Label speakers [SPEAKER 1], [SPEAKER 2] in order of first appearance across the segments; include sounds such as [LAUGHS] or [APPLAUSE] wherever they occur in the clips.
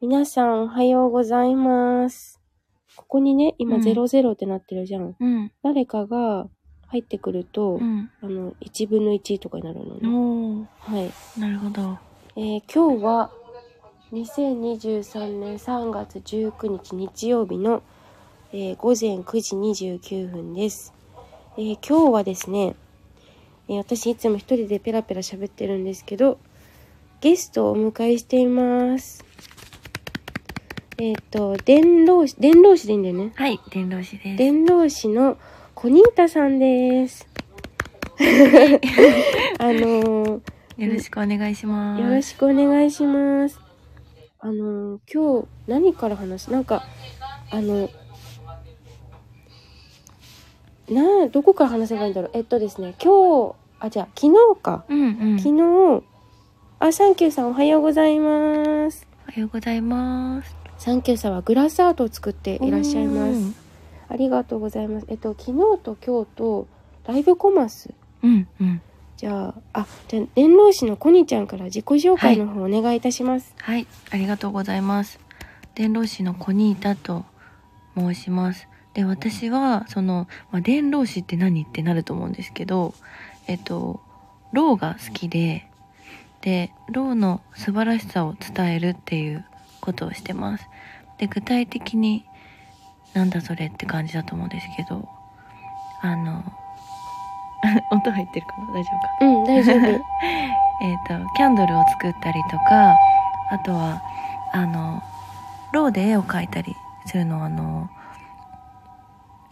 [SPEAKER 1] 皆さんおはようございます。ここにね、今
[SPEAKER 2] うん
[SPEAKER 1] 00ってなってるじゃん。
[SPEAKER 2] うん。
[SPEAKER 1] 誰かが入ってくると、
[SPEAKER 2] うん。
[SPEAKER 1] あの、1分の1とかになるのね。
[SPEAKER 2] お
[SPEAKER 1] はい。
[SPEAKER 2] ー、なるほど。
[SPEAKER 1] えー今日は2023年3月19日日曜日の、えー午前9時29分です、えー今日はですね、えー私いつも一人でペラペラ喋ってるんですけどゲストをお迎えしていますえっ、と伝道師伝道師でいいんだよね
[SPEAKER 2] はい、伝道師です。
[SPEAKER 1] 伝道師のコニータさんです [LAUGHS] あのー
[SPEAKER 2] よろしくお願いします。
[SPEAKER 1] よろしくお願いします。あのー今日何から話すなんかあのなどこから話せばいいんだろうえっとですね今日あじゃあ昨日か
[SPEAKER 2] うんうん。
[SPEAKER 1] 昨日あサンキューさんおはようございます。
[SPEAKER 2] おはようございます。
[SPEAKER 1] サンキューさんはグラスアートを作っていらっしゃいま
[SPEAKER 2] う
[SPEAKER 1] す
[SPEAKER 2] ん。。
[SPEAKER 1] ありがとうございます。えっと昨日と今日とライブコマース
[SPEAKER 2] うんうん。
[SPEAKER 1] じゃああじゃあ伝道師のコニちゃんから自己紹介の方お願いいたします。
[SPEAKER 2] はい、ありがとうございます。伝道師のコニータと申します。で、私は、その、まあ、伝道師って何ってなると思うんですけど、えっと、老が好きで、で、老の素晴らしさを伝えるっていうことをしてます。で、具体的に、なんだそれって感じだと思うんですけど、あの、 [LAUGHS] 音入ってるかな大丈夫か
[SPEAKER 1] うん大丈 [LAUGHS] 夫。
[SPEAKER 2] えー、とキャンドルを作ったりとかあとはあのローで絵を描いたりするのはあの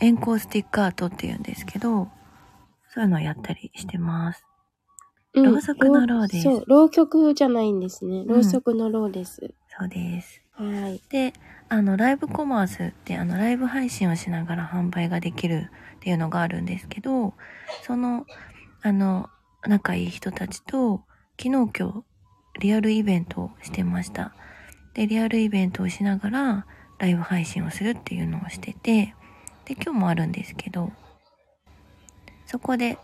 [SPEAKER 2] 円光スティックアートっていうんですけどそういうのをやったりしてます
[SPEAKER 1] うん
[SPEAKER 2] ろうそくのろうです
[SPEAKER 1] そう、ろう曲じゃないんですね。
[SPEAKER 2] ん
[SPEAKER 1] ろうそくのろうです。
[SPEAKER 2] そうです
[SPEAKER 1] はい。
[SPEAKER 2] であのライブコマースってあのライブ配信をしながら販売ができるっていうのがあるんですけどそのあの仲いい人たちと昨日今日リアルイベントをしてましたでリアルイベントをしながらライブ配信をするっていうのをしててで今日もあるんですけどそこで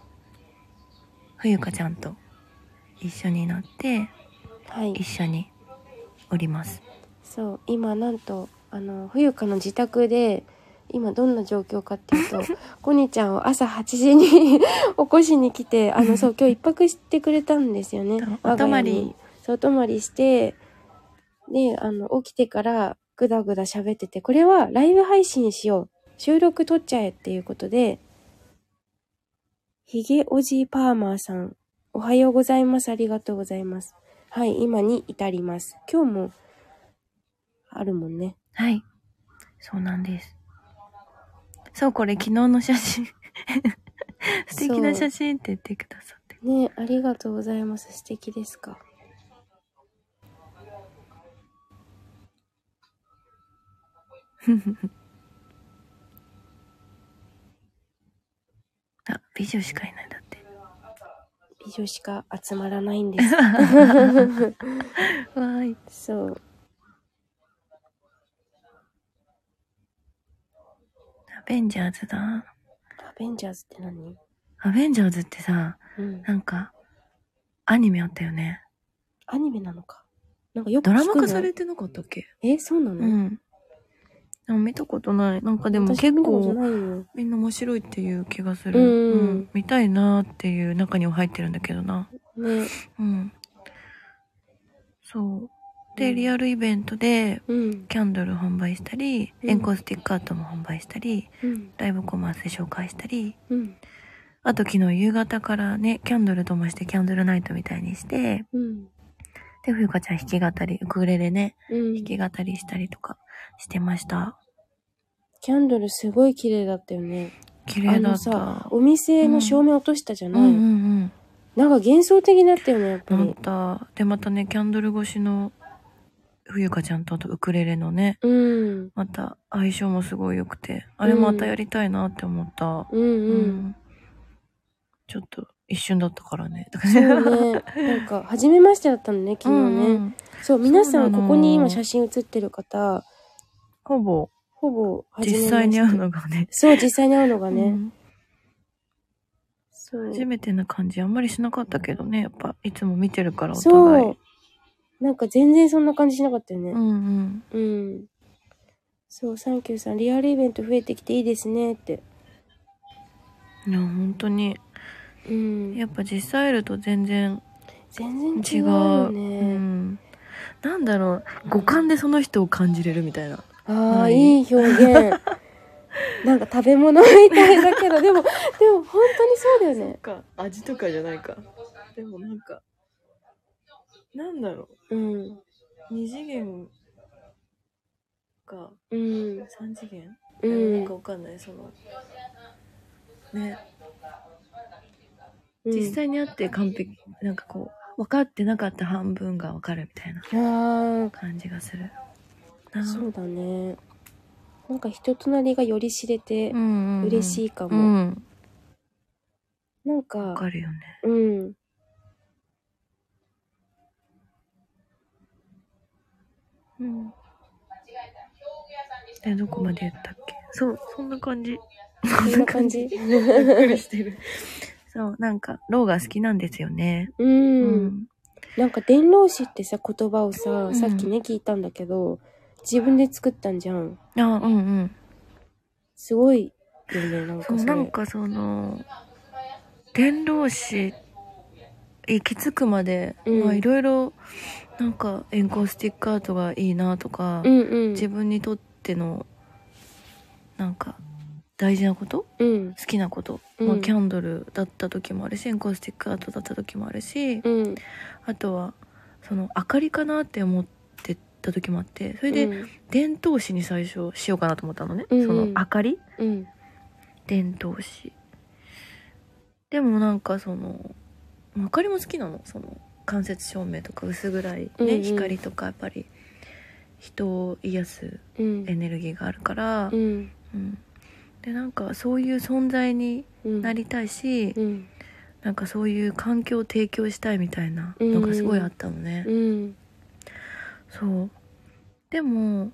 [SPEAKER 2] 冬香ちゃんと一緒になって
[SPEAKER 1] はい
[SPEAKER 2] 一。緒におります
[SPEAKER 1] そう、今なんと、あの、冬香の自宅で、今どんな状況かっていう
[SPEAKER 2] [LAUGHS]
[SPEAKER 1] と、コニちゃんを朝8時に [LAUGHS] 起こしに来て、あの、そう、今日一泊してくれたんですよね。
[SPEAKER 2] お
[SPEAKER 1] 我
[SPEAKER 2] 泊
[SPEAKER 1] が
[SPEAKER 2] ま
[SPEAKER 1] 家に
[SPEAKER 2] り。
[SPEAKER 1] そう、お泊まりして、で、あの、起きてから、ぐだぐだ喋ってて、これはライブ配信しよう。収録撮っちゃえっていうことで、ひげおじいパーマーさん、おはようございます。ありがとうございます。はい、今に至ります。今日も、あるもんね。
[SPEAKER 2] はい。そうなんです。そう、これ昨日の写真。 [LAUGHS] 素敵な写真って言ってくださって。
[SPEAKER 1] ねありがとうございます。素敵ですか。
[SPEAKER 2] あ、美女しかいないんだって。
[SPEAKER 1] [LAUGHS] 美女しか集まらないんです。 [LAUGHS]
[SPEAKER 2] わーい。
[SPEAKER 1] そう。
[SPEAKER 2] アベンジャーズだ。
[SPEAKER 1] アベンジャーズって何
[SPEAKER 2] アベンジャーズってさ、
[SPEAKER 1] うん。
[SPEAKER 2] なんか、アニメあったよね。
[SPEAKER 1] アニメなのか。なんかよく
[SPEAKER 2] ド
[SPEAKER 1] 聞く
[SPEAKER 2] ラ
[SPEAKER 1] の
[SPEAKER 2] マ化されてなかったっけ
[SPEAKER 1] え、そうなの、
[SPEAKER 2] うん。でも見たことない。なんかでも
[SPEAKER 1] 私
[SPEAKER 2] 結
[SPEAKER 1] 見たこと
[SPEAKER 2] 構
[SPEAKER 1] ないよ。
[SPEAKER 2] みんな面白いっていう気がする。
[SPEAKER 1] うん
[SPEAKER 2] うん見たいなーっていう中には入ってるんだけどな。
[SPEAKER 1] ね。
[SPEAKER 2] うん。そう。
[SPEAKER 1] う
[SPEAKER 2] で、
[SPEAKER 1] ん
[SPEAKER 2] リアルイベントで、
[SPEAKER 1] うん。
[SPEAKER 2] キャンドル販売したり、
[SPEAKER 1] うん
[SPEAKER 2] エンコスティックアートも販売したり、
[SPEAKER 1] うん。
[SPEAKER 2] ライブコマースで紹介したり、
[SPEAKER 1] うん。
[SPEAKER 2] あと昨日夕方からね、キャンドルともしてキャンドルナイトみたいにして、
[SPEAKER 1] うん。
[SPEAKER 2] で、ふゆかちゃん弾き語り、ウクレレね、
[SPEAKER 1] うん。
[SPEAKER 2] 弾き語りしたりとかしてました。
[SPEAKER 1] キャンドルすごい綺麗だったよね。
[SPEAKER 2] 綺
[SPEAKER 1] あ
[SPEAKER 2] 麗だ
[SPEAKER 1] の
[SPEAKER 2] った
[SPEAKER 1] さ、。お店の照明落としたじゃ
[SPEAKER 2] う
[SPEAKER 1] ない、
[SPEAKER 2] んうん
[SPEAKER 1] なんか幻想的だったよね、やっ
[SPEAKER 2] う
[SPEAKER 1] ぱ
[SPEAKER 2] ん。なっ
[SPEAKER 1] り。
[SPEAKER 2] た。で、またね、キャンドル越しの、ふゆかちゃんとあとウクレレのね、
[SPEAKER 1] うん。
[SPEAKER 2] また相性もすごい良くて、あれまたやりたいなって思った。
[SPEAKER 1] うん
[SPEAKER 2] う
[SPEAKER 1] うん。
[SPEAKER 2] ちょっと一瞬だったからね。とか
[SPEAKER 1] そ
[SPEAKER 2] ね
[SPEAKER 1] うね。なんか、初めましてだったのね、昨日ね。
[SPEAKER 2] うんうん
[SPEAKER 1] そう、皆さ
[SPEAKER 2] そ
[SPEAKER 1] ん、
[SPEAKER 2] うな
[SPEAKER 1] こ
[SPEAKER 2] の
[SPEAKER 1] こに今写真写ってる方、
[SPEAKER 2] ほぼ
[SPEAKER 1] ほぼ初めまして
[SPEAKER 2] 実際に会うのがね。
[SPEAKER 1] そう、実際に会うのがね。
[SPEAKER 2] うん
[SPEAKER 1] そう。
[SPEAKER 2] 初めてな感じあんまりしなかったけどね。やっぱいつも見てるからお
[SPEAKER 1] そ
[SPEAKER 2] 互
[SPEAKER 1] う
[SPEAKER 2] い。。
[SPEAKER 1] なんか全然そんな感じしなかったよ
[SPEAKER 2] う
[SPEAKER 1] ね。
[SPEAKER 2] んうん。
[SPEAKER 1] うん。そう、サンキューさん、リアルイベント増えてきていいですねって。
[SPEAKER 2] いや、本当に。
[SPEAKER 1] うん。
[SPEAKER 2] やっぱ実際いると全然
[SPEAKER 1] 全
[SPEAKER 2] 違
[SPEAKER 1] 然違
[SPEAKER 2] う。
[SPEAKER 1] うよ
[SPEAKER 2] う
[SPEAKER 1] ね。
[SPEAKER 2] ん。なんだろう、五感でその人を感じれるみたいな。
[SPEAKER 1] ああ、
[SPEAKER 2] ない
[SPEAKER 1] い表
[SPEAKER 2] [LAUGHS]
[SPEAKER 1] 現。なんか食べ物みたいだけど、でも、でも本当にそうだよね。
[SPEAKER 2] か、味とかじゃないか。でもなんか、なんだろ
[SPEAKER 1] うん。
[SPEAKER 2] う、二次元か
[SPEAKER 1] うん。
[SPEAKER 2] 三次元
[SPEAKER 1] う
[SPEAKER 2] なんか
[SPEAKER 1] ん。
[SPEAKER 2] わかんない、その。ね、
[SPEAKER 1] うん
[SPEAKER 2] 実際に会って完璧、なんかこう、分かってなかった半分が分かるみたいな
[SPEAKER 1] あ
[SPEAKER 2] 感じがする。
[SPEAKER 1] あ、
[SPEAKER 2] な
[SPEAKER 1] そうだね。なんか人となりがより知れて
[SPEAKER 2] うんうんうん、
[SPEAKER 1] 嬉しいか
[SPEAKER 2] う
[SPEAKER 1] も。
[SPEAKER 2] ん。
[SPEAKER 1] なん
[SPEAKER 2] わ
[SPEAKER 1] か、
[SPEAKER 2] かるよね。
[SPEAKER 1] うん。
[SPEAKER 2] うん。え、どこまで言ったっけそう、そんな感じ。
[SPEAKER 1] そんな感じ
[SPEAKER 2] びっくりしてる。そう、なんか、ローが好きなんですよね。
[SPEAKER 1] う。。
[SPEAKER 2] うん
[SPEAKER 1] なんか伝老子ってさ、言葉をさ、
[SPEAKER 2] ん
[SPEAKER 1] さっきね、聞いたんだけど、自分で作ったんじゃん。
[SPEAKER 2] あ、うんうん。
[SPEAKER 1] すごいよね、なん
[SPEAKER 2] そ
[SPEAKER 1] か
[SPEAKER 2] う、
[SPEAKER 1] そ
[SPEAKER 2] なん
[SPEAKER 1] れ。
[SPEAKER 2] かその、伝道師、行き着くまで、
[SPEAKER 1] うん
[SPEAKER 2] まあいろいろ、なんか、エンコスティックアートがいいなとか、
[SPEAKER 1] うんうん。
[SPEAKER 2] 自分にとっての、なんか、大事なこと
[SPEAKER 1] うん。
[SPEAKER 2] 好きなこと、
[SPEAKER 1] うん
[SPEAKER 2] まあ、キャンドルだった時もあるしエンコースティックアートだった時もあるし、
[SPEAKER 1] うん。
[SPEAKER 2] あとはその明かりかなって思ってた時もあってそれで
[SPEAKER 1] うん
[SPEAKER 2] 伝統詩に最初しようかなと思ったのね、
[SPEAKER 1] うんうん
[SPEAKER 2] その明かり
[SPEAKER 1] うん。
[SPEAKER 2] 伝統詩でもなんかその明かりも好きなのその間接照明とか薄暗い、ね
[SPEAKER 1] うんうん
[SPEAKER 2] 光とかやっぱり人を癒す
[SPEAKER 1] うん。
[SPEAKER 2] エネルギーがあるから、
[SPEAKER 1] うん。
[SPEAKER 2] うんでなんかそういう存在に
[SPEAKER 1] うん
[SPEAKER 2] なりたいし、
[SPEAKER 1] うん。
[SPEAKER 2] なんかそういう環境を提供したいみたいなのがすごいあったのね、
[SPEAKER 1] うん。
[SPEAKER 2] そうでも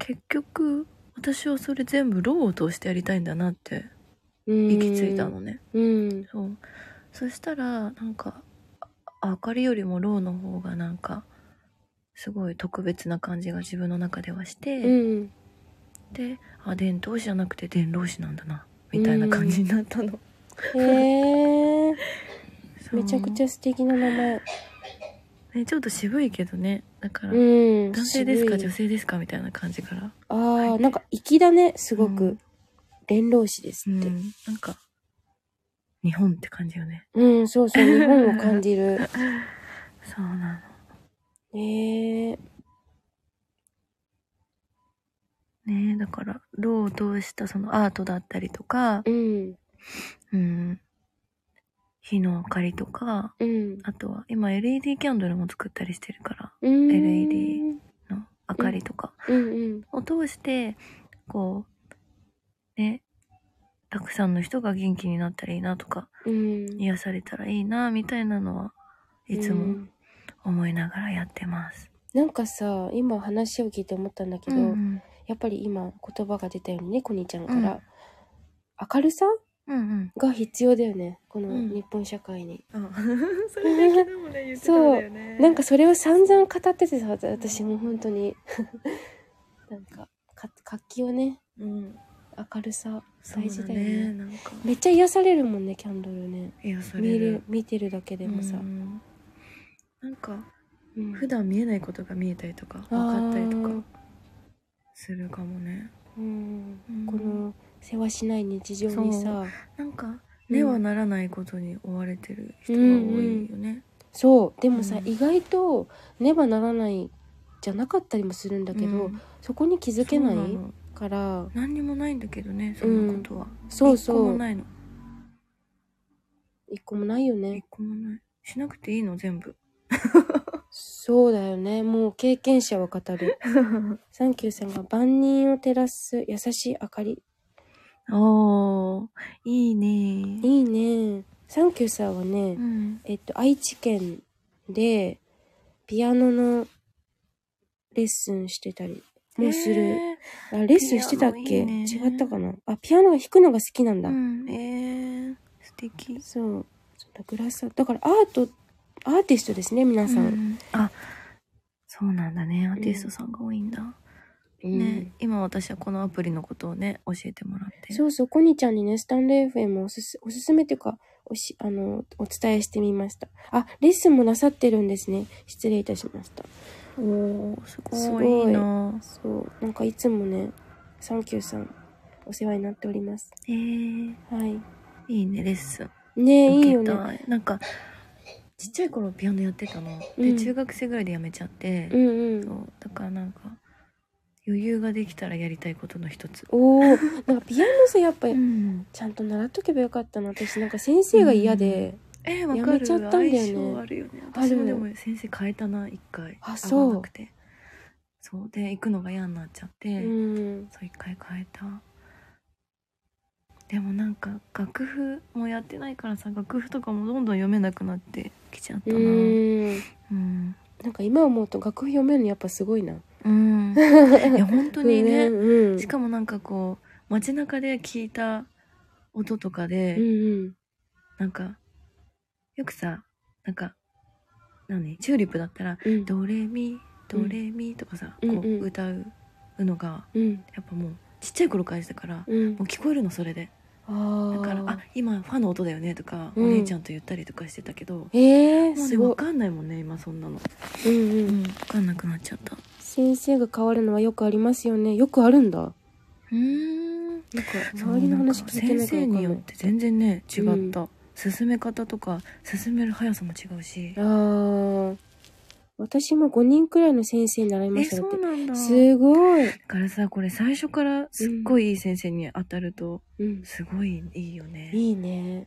[SPEAKER 2] 結局私はそれ全部ローを通してやりたいんだなって
[SPEAKER 1] 行
[SPEAKER 2] 行き着いた。のね、
[SPEAKER 1] うん。
[SPEAKER 2] そうそしたらなんかあ明かりよりもローの方がなんかすごい特別な感じが自分の中ではして、
[SPEAKER 1] うん。
[SPEAKER 2] であ伝統師じゃなくて伝老師なんだなみたいな感じになったの、
[SPEAKER 1] へえ。
[SPEAKER 2] そう
[SPEAKER 1] めちゃくちゃ素敵な名前。
[SPEAKER 2] ね、ちょっと渋いけどねだから、
[SPEAKER 1] うん。
[SPEAKER 2] 男性ですか
[SPEAKER 1] 渋
[SPEAKER 2] 女
[SPEAKER 1] い
[SPEAKER 2] 性ですかみたいな感じから
[SPEAKER 1] あ
[SPEAKER 2] は
[SPEAKER 1] あ、
[SPEAKER 2] い
[SPEAKER 1] なんか粋だね、すご
[SPEAKER 2] う
[SPEAKER 1] く
[SPEAKER 2] ん。
[SPEAKER 1] 伝老師です
[SPEAKER 2] う
[SPEAKER 1] って。
[SPEAKER 2] ん、なんか日本って感じよね
[SPEAKER 1] うん、そうそう、日本を感じる。
[SPEAKER 2] そうな
[SPEAKER 1] へえ。
[SPEAKER 2] のねえだからローを通したそのアートだったりとか
[SPEAKER 1] うん。
[SPEAKER 2] うん火の明かりとか
[SPEAKER 1] うん。
[SPEAKER 2] あとは今 LED キャンドルも作ったりしてるか
[SPEAKER 1] うん
[SPEAKER 2] LED。らの明かりとか
[SPEAKER 1] うん
[SPEAKER 2] を通してこうねたくさんの人が元気になったらいいなとか
[SPEAKER 1] うん。うん。
[SPEAKER 2] 癒されたらいいなみたいなのはいつ
[SPEAKER 1] う
[SPEAKER 2] も
[SPEAKER 1] ん
[SPEAKER 2] 思いながらやってます。
[SPEAKER 1] なんかさ、今話を聞いて思ったんだけ
[SPEAKER 2] う
[SPEAKER 1] ど、
[SPEAKER 2] ん
[SPEAKER 1] やっぱり今言葉が出たようにね、コニーちゃんか
[SPEAKER 2] う
[SPEAKER 1] ら。明るさ
[SPEAKER 2] うんうん
[SPEAKER 1] が必要だよねこの
[SPEAKER 2] うん
[SPEAKER 1] 日本社会に、
[SPEAKER 2] うん [LAUGHS] それね昨日もね言ってたんだよね
[SPEAKER 1] なんかそれを散々語っててさ私も本当に [LAUGHS] なんかか活気をね
[SPEAKER 2] うん
[SPEAKER 1] 明るさ
[SPEAKER 2] そう
[SPEAKER 1] 大
[SPEAKER 2] だ
[SPEAKER 1] 事だよね
[SPEAKER 2] ねなんか
[SPEAKER 1] めっちゃ癒されるもんねキャンドルね
[SPEAKER 2] 癒さ
[SPEAKER 1] 見
[SPEAKER 2] れ
[SPEAKER 1] る
[SPEAKER 2] る
[SPEAKER 1] 見てるだけでもさ
[SPEAKER 2] う、んなんか
[SPEAKER 1] うん
[SPEAKER 2] 普段見えないことが見えたりとか分かったりとかするかもね
[SPEAKER 1] あーうん
[SPEAKER 2] うん
[SPEAKER 1] この世話しない日常にさ
[SPEAKER 2] なんか
[SPEAKER 1] うん
[SPEAKER 2] ねはならないことに追われてる人が多いよね
[SPEAKER 1] そうでもさ、
[SPEAKER 2] うん
[SPEAKER 1] 意外とねばならないじゃなかったりもするんだけど、
[SPEAKER 2] うん
[SPEAKER 1] そこに気づけない
[SPEAKER 2] そうの
[SPEAKER 1] から
[SPEAKER 2] 何にもないんだけどねそんなことは
[SPEAKER 1] そう
[SPEAKER 2] 一個
[SPEAKER 1] そ
[SPEAKER 2] も
[SPEAKER 1] う
[SPEAKER 2] ないの
[SPEAKER 1] 一個もないよね
[SPEAKER 2] 一個もないしなくていいの全部
[SPEAKER 1] そうだよね。もう経験者は語
[SPEAKER 2] [LAUGHS]
[SPEAKER 1] る。サンキューさんが万人を照らす優しい明かり。
[SPEAKER 2] おーいいね
[SPEAKER 1] いいね。サンキューさんはね
[SPEAKER 2] う、ん
[SPEAKER 1] えっと、愛知県でピアノのレッスンしてたりもする。
[SPEAKER 2] え
[SPEAKER 1] あレッスンしてたっけ
[SPEAKER 2] ピアノいいね
[SPEAKER 1] 違ったかなあ、ピアノが弾くのが好きなん
[SPEAKER 2] ー
[SPEAKER 1] だ。
[SPEAKER 2] うんえー素敵
[SPEAKER 1] そう。そうだグラサだからアート、アーティストですね、皆さん。
[SPEAKER 2] うんあそうなんだね。アーティストさんが多いんだ。
[SPEAKER 1] うん
[SPEAKER 2] ね。今私はこのアプリのことをね、教えてもらって。
[SPEAKER 1] そうそう、コニちゃんにね、スタンド FM おすすおすすめというか、おし、あの、お伝えしてみました。あ、レッスンもなさってるんですね。失礼いたしました。
[SPEAKER 2] おー、すごい
[SPEAKER 1] すごい
[SPEAKER 2] いいな
[SPEAKER 1] そう、なんかいつもね、サンキューさん、お世話になっております。
[SPEAKER 2] えー、
[SPEAKER 1] はい。
[SPEAKER 2] いいね、レッスン。
[SPEAKER 1] ねえ、いいよ
[SPEAKER 2] 受け
[SPEAKER 1] ね。
[SPEAKER 2] たいなんか、ちっちゃい頃ピアノやってたの。
[SPEAKER 1] う
[SPEAKER 2] で、
[SPEAKER 1] ん
[SPEAKER 2] 中学生ぐらいでやめちゃって。
[SPEAKER 1] うんう
[SPEAKER 2] そ
[SPEAKER 1] ん。
[SPEAKER 2] うだからなんか余裕ができたらやりたいことの一つ、
[SPEAKER 1] おー、なんかピアノさ、やっぱり、
[SPEAKER 2] ん、
[SPEAKER 1] ちゃんと習っとけばよかったな。私、なんか先生が嫌で、
[SPEAKER 2] えー、わかる
[SPEAKER 1] やめちゃったんだよね
[SPEAKER 2] 相性あるよね
[SPEAKER 1] ある
[SPEAKER 2] 私もでも先生変えたな一回
[SPEAKER 1] あそう
[SPEAKER 2] 合わなくてそうで行くのが嫌になっちゃって、
[SPEAKER 1] うん。
[SPEAKER 2] そう一回変えたでもなんか楽譜もやってないからさ楽譜とかもどんどん読めなくなってきちゃった
[SPEAKER 1] う
[SPEAKER 2] な
[SPEAKER 1] ーん。
[SPEAKER 2] うん
[SPEAKER 1] なんか今思うと楽譜読めるのやっぱすごいな。
[SPEAKER 2] うんいや本当にね、
[SPEAKER 1] うんうん。
[SPEAKER 2] しかもなんかこう街中で聞いた音とかで、
[SPEAKER 1] うんうん。
[SPEAKER 2] なんか、よくさ、なんか、何チューリップだったら、
[SPEAKER 1] うん。
[SPEAKER 2] ドレミ、ドレミとかさ、
[SPEAKER 1] うん
[SPEAKER 2] こ
[SPEAKER 1] う
[SPEAKER 2] うん歌うのが、
[SPEAKER 1] うん。
[SPEAKER 2] やっぱもう、ちっちゃい頃からしてたから、
[SPEAKER 1] うん
[SPEAKER 2] もう。聞こえるの、それで。
[SPEAKER 1] あ
[SPEAKER 2] だ
[SPEAKER 1] あ。
[SPEAKER 2] から、あ、今、ファンの音だよね、とか、
[SPEAKER 1] うん
[SPEAKER 2] お姉ちゃんと言ったりとかしてたけど、
[SPEAKER 1] ええー、
[SPEAKER 2] もう
[SPEAKER 1] す
[SPEAKER 2] ね、
[SPEAKER 1] ご
[SPEAKER 2] わ
[SPEAKER 1] い。
[SPEAKER 2] かんないもんね、今、そんなの。
[SPEAKER 1] うんう。
[SPEAKER 2] うんん、わかんなくなっちゃった。
[SPEAKER 1] 先生が変わるのはよくありますよね。よくあるんだ。
[SPEAKER 2] うん。
[SPEAKER 1] なんか、
[SPEAKER 2] そう
[SPEAKER 1] 周りの話聞けないからわ
[SPEAKER 2] 先生
[SPEAKER 1] か
[SPEAKER 2] に
[SPEAKER 1] んな
[SPEAKER 2] よっ
[SPEAKER 1] い。
[SPEAKER 2] て全然ね、違った。進め方とか、進める速さも違うし。
[SPEAKER 1] ああ。私も5人くらいの先生に習いま
[SPEAKER 2] え、
[SPEAKER 1] しただ
[SPEAKER 2] そ
[SPEAKER 1] って
[SPEAKER 2] う。なんだ。
[SPEAKER 1] すごい。
[SPEAKER 2] だからさこれ最初からすっごいいい先生に当たると
[SPEAKER 1] うん。
[SPEAKER 2] すごいいいよね、
[SPEAKER 1] いいね。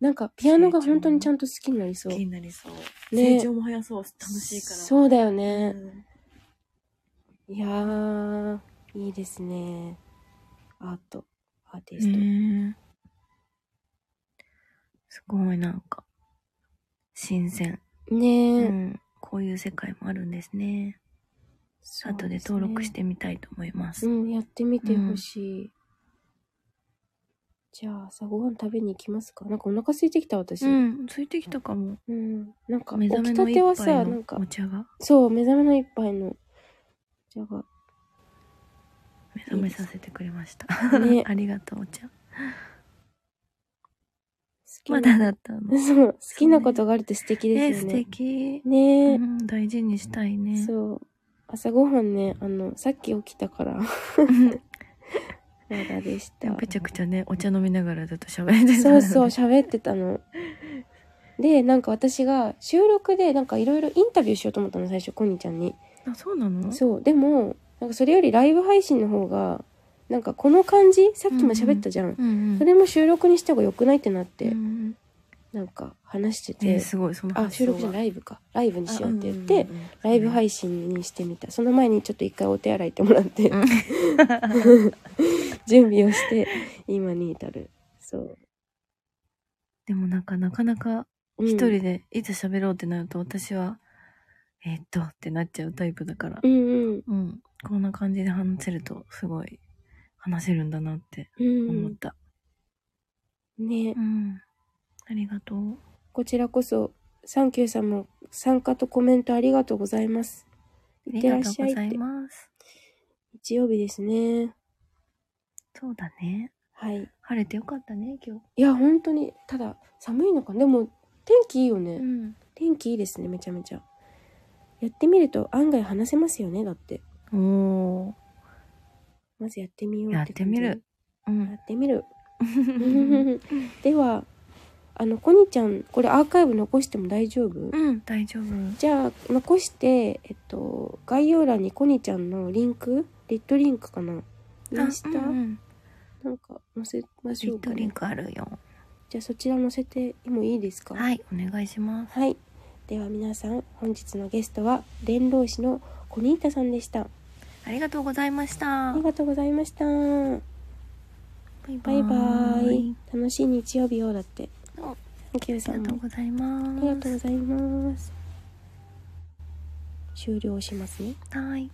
[SPEAKER 1] なんか、ピアノが本当にちゃんと好きになりそう。
[SPEAKER 2] 気になりそう、
[SPEAKER 1] ね
[SPEAKER 2] 成長も早そう楽しいから
[SPEAKER 1] そうだよ
[SPEAKER 2] う
[SPEAKER 1] ね。
[SPEAKER 2] ん
[SPEAKER 1] いやー、いいですね。アート、アーティ
[SPEAKER 2] う
[SPEAKER 1] スト。
[SPEAKER 2] んすごいなんか新鮮、う
[SPEAKER 1] ねえ、
[SPEAKER 2] ん、こういう世界もあるんですね
[SPEAKER 1] そう
[SPEAKER 2] 後です
[SPEAKER 1] ね
[SPEAKER 2] 登録してみたいと思います、
[SPEAKER 1] うん、やってみてほしい。じゃあ、朝ごはん食べに行きますかなんかお腹空いてきた私。
[SPEAKER 2] う。ん、ついてきたかも
[SPEAKER 1] うん、なんか、
[SPEAKER 2] 目
[SPEAKER 1] 起
[SPEAKER 2] 覚め
[SPEAKER 1] き
[SPEAKER 2] の
[SPEAKER 1] た
[SPEAKER 2] 一
[SPEAKER 1] ては
[SPEAKER 2] 杯
[SPEAKER 1] さ、なん
[SPEAKER 2] の
[SPEAKER 1] か
[SPEAKER 2] お、茶が
[SPEAKER 1] そう、目覚めの一杯の、じゃが、
[SPEAKER 2] 目覚めさせてくれました
[SPEAKER 1] ね
[SPEAKER 2] [LAUGHS] ありがとうお茶
[SPEAKER 1] 好
[SPEAKER 2] ま
[SPEAKER 1] きな、
[SPEAKER 2] だだったの
[SPEAKER 1] [LAUGHS] そう、好きなことがあるって素敵
[SPEAKER 2] え
[SPEAKER 1] です
[SPEAKER 2] 素
[SPEAKER 1] よね。
[SPEAKER 2] 敵
[SPEAKER 1] ねえ、
[SPEAKER 2] うん、大事にしたいね。
[SPEAKER 1] そう。朝ごはんね、あの、さっき起きたから、
[SPEAKER 2] うん
[SPEAKER 1] まだでした。
[SPEAKER 2] ぺちゃくちゃね、お茶飲みながらずっと喋ってた、
[SPEAKER 1] そうそう、。喋ってたの。で、なんか私が収録でなんかいろいろインタビューしようと思ったの、最初、コニーちゃんに。
[SPEAKER 2] あ、そうなの
[SPEAKER 1] そう、でも、なんかそれよりライブ配信の方が、なんかこの感じさっきも喋ったじゃん。
[SPEAKER 2] うん、うん。
[SPEAKER 1] それも収録にした方が良くないってなって、
[SPEAKER 2] うん
[SPEAKER 1] なんか話してて、
[SPEAKER 2] えすごい、その
[SPEAKER 1] あ、
[SPEAKER 2] 発
[SPEAKER 1] 収
[SPEAKER 2] 想が
[SPEAKER 1] 録じゃんライブか。ライブにしようって言って、、ライブ配信にしてみた。その前にちょっと一回お手洗い行ってもらって、
[SPEAKER 2] うん
[SPEAKER 1] [LAUGHS] 準備をして、今に至る。そう。
[SPEAKER 2] [LAUGHS] でもなんか、なかなか
[SPEAKER 1] うん
[SPEAKER 2] 一人でいつ喋ろうってなると、私は、えーっと、ってなっちゃうタイプだから
[SPEAKER 1] う。んうん。
[SPEAKER 2] うん。こんな感じで話せると、すごい、話せるんだなって
[SPEAKER 1] うん
[SPEAKER 2] 思った。
[SPEAKER 1] ね、
[SPEAKER 2] うん、ありがとう。
[SPEAKER 1] こちらこそ、サンキューさんも参加とコメントありがとうございます。
[SPEAKER 2] あ
[SPEAKER 1] いっ
[SPEAKER 2] り
[SPEAKER 1] て
[SPEAKER 2] が
[SPEAKER 1] らっ
[SPEAKER 2] とう
[SPEAKER 1] しゃい
[SPEAKER 2] ご
[SPEAKER 1] っ
[SPEAKER 2] ざい
[SPEAKER 1] て。
[SPEAKER 2] ます。
[SPEAKER 1] 日曜日ですね。
[SPEAKER 2] そうだね。
[SPEAKER 1] はい。
[SPEAKER 2] 晴れてよかったね、今
[SPEAKER 1] いや、本当に、ただ、寒いのかな。でも、天気いいよね、
[SPEAKER 2] 日。ん。
[SPEAKER 1] 天気いいですね、めちゃめちゃ。やってみると案外話せますよね、だって。
[SPEAKER 2] お
[SPEAKER 1] まずやってみよう
[SPEAKER 2] やってみる。う
[SPEAKER 1] 感じ。や
[SPEAKER 2] ん。
[SPEAKER 1] ってみる。では、あの、コニちゃん、これアーカイブ残しても大丈夫、
[SPEAKER 2] うん、大丈夫。
[SPEAKER 1] じゃあ残して、えっと、概要欄にコニちゃんのリンクレッドリンクかなインスタ、
[SPEAKER 2] あうんうん
[SPEAKER 1] なんか載せまし
[SPEAKER 2] リ
[SPEAKER 1] ょう
[SPEAKER 2] ッ
[SPEAKER 1] か、
[SPEAKER 2] ト
[SPEAKER 1] ね、
[SPEAKER 2] リンクあるよ。
[SPEAKER 1] じゃあそちら載せてもいいですか
[SPEAKER 2] はい、お願いします。
[SPEAKER 1] はいでは皆さん本日のゲストは伝道師のコニータさんでした
[SPEAKER 2] ありがとうございました
[SPEAKER 1] あり。がとうございました
[SPEAKER 2] バ
[SPEAKER 1] バイバーイ
[SPEAKER 2] イ。
[SPEAKER 1] 楽しい日曜日をだって
[SPEAKER 2] お
[SPEAKER 1] サンキュー
[SPEAKER 2] あ
[SPEAKER 1] さ
[SPEAKER 2] り
[SPEAKER 1] ん
[SPEAKER 2] がとう
[SPEAKER 1] も
[SPEAKER 2] ございます。
[SPEAKER 1] ありがとうございます終了しますね
[SPEAKER 2] はい。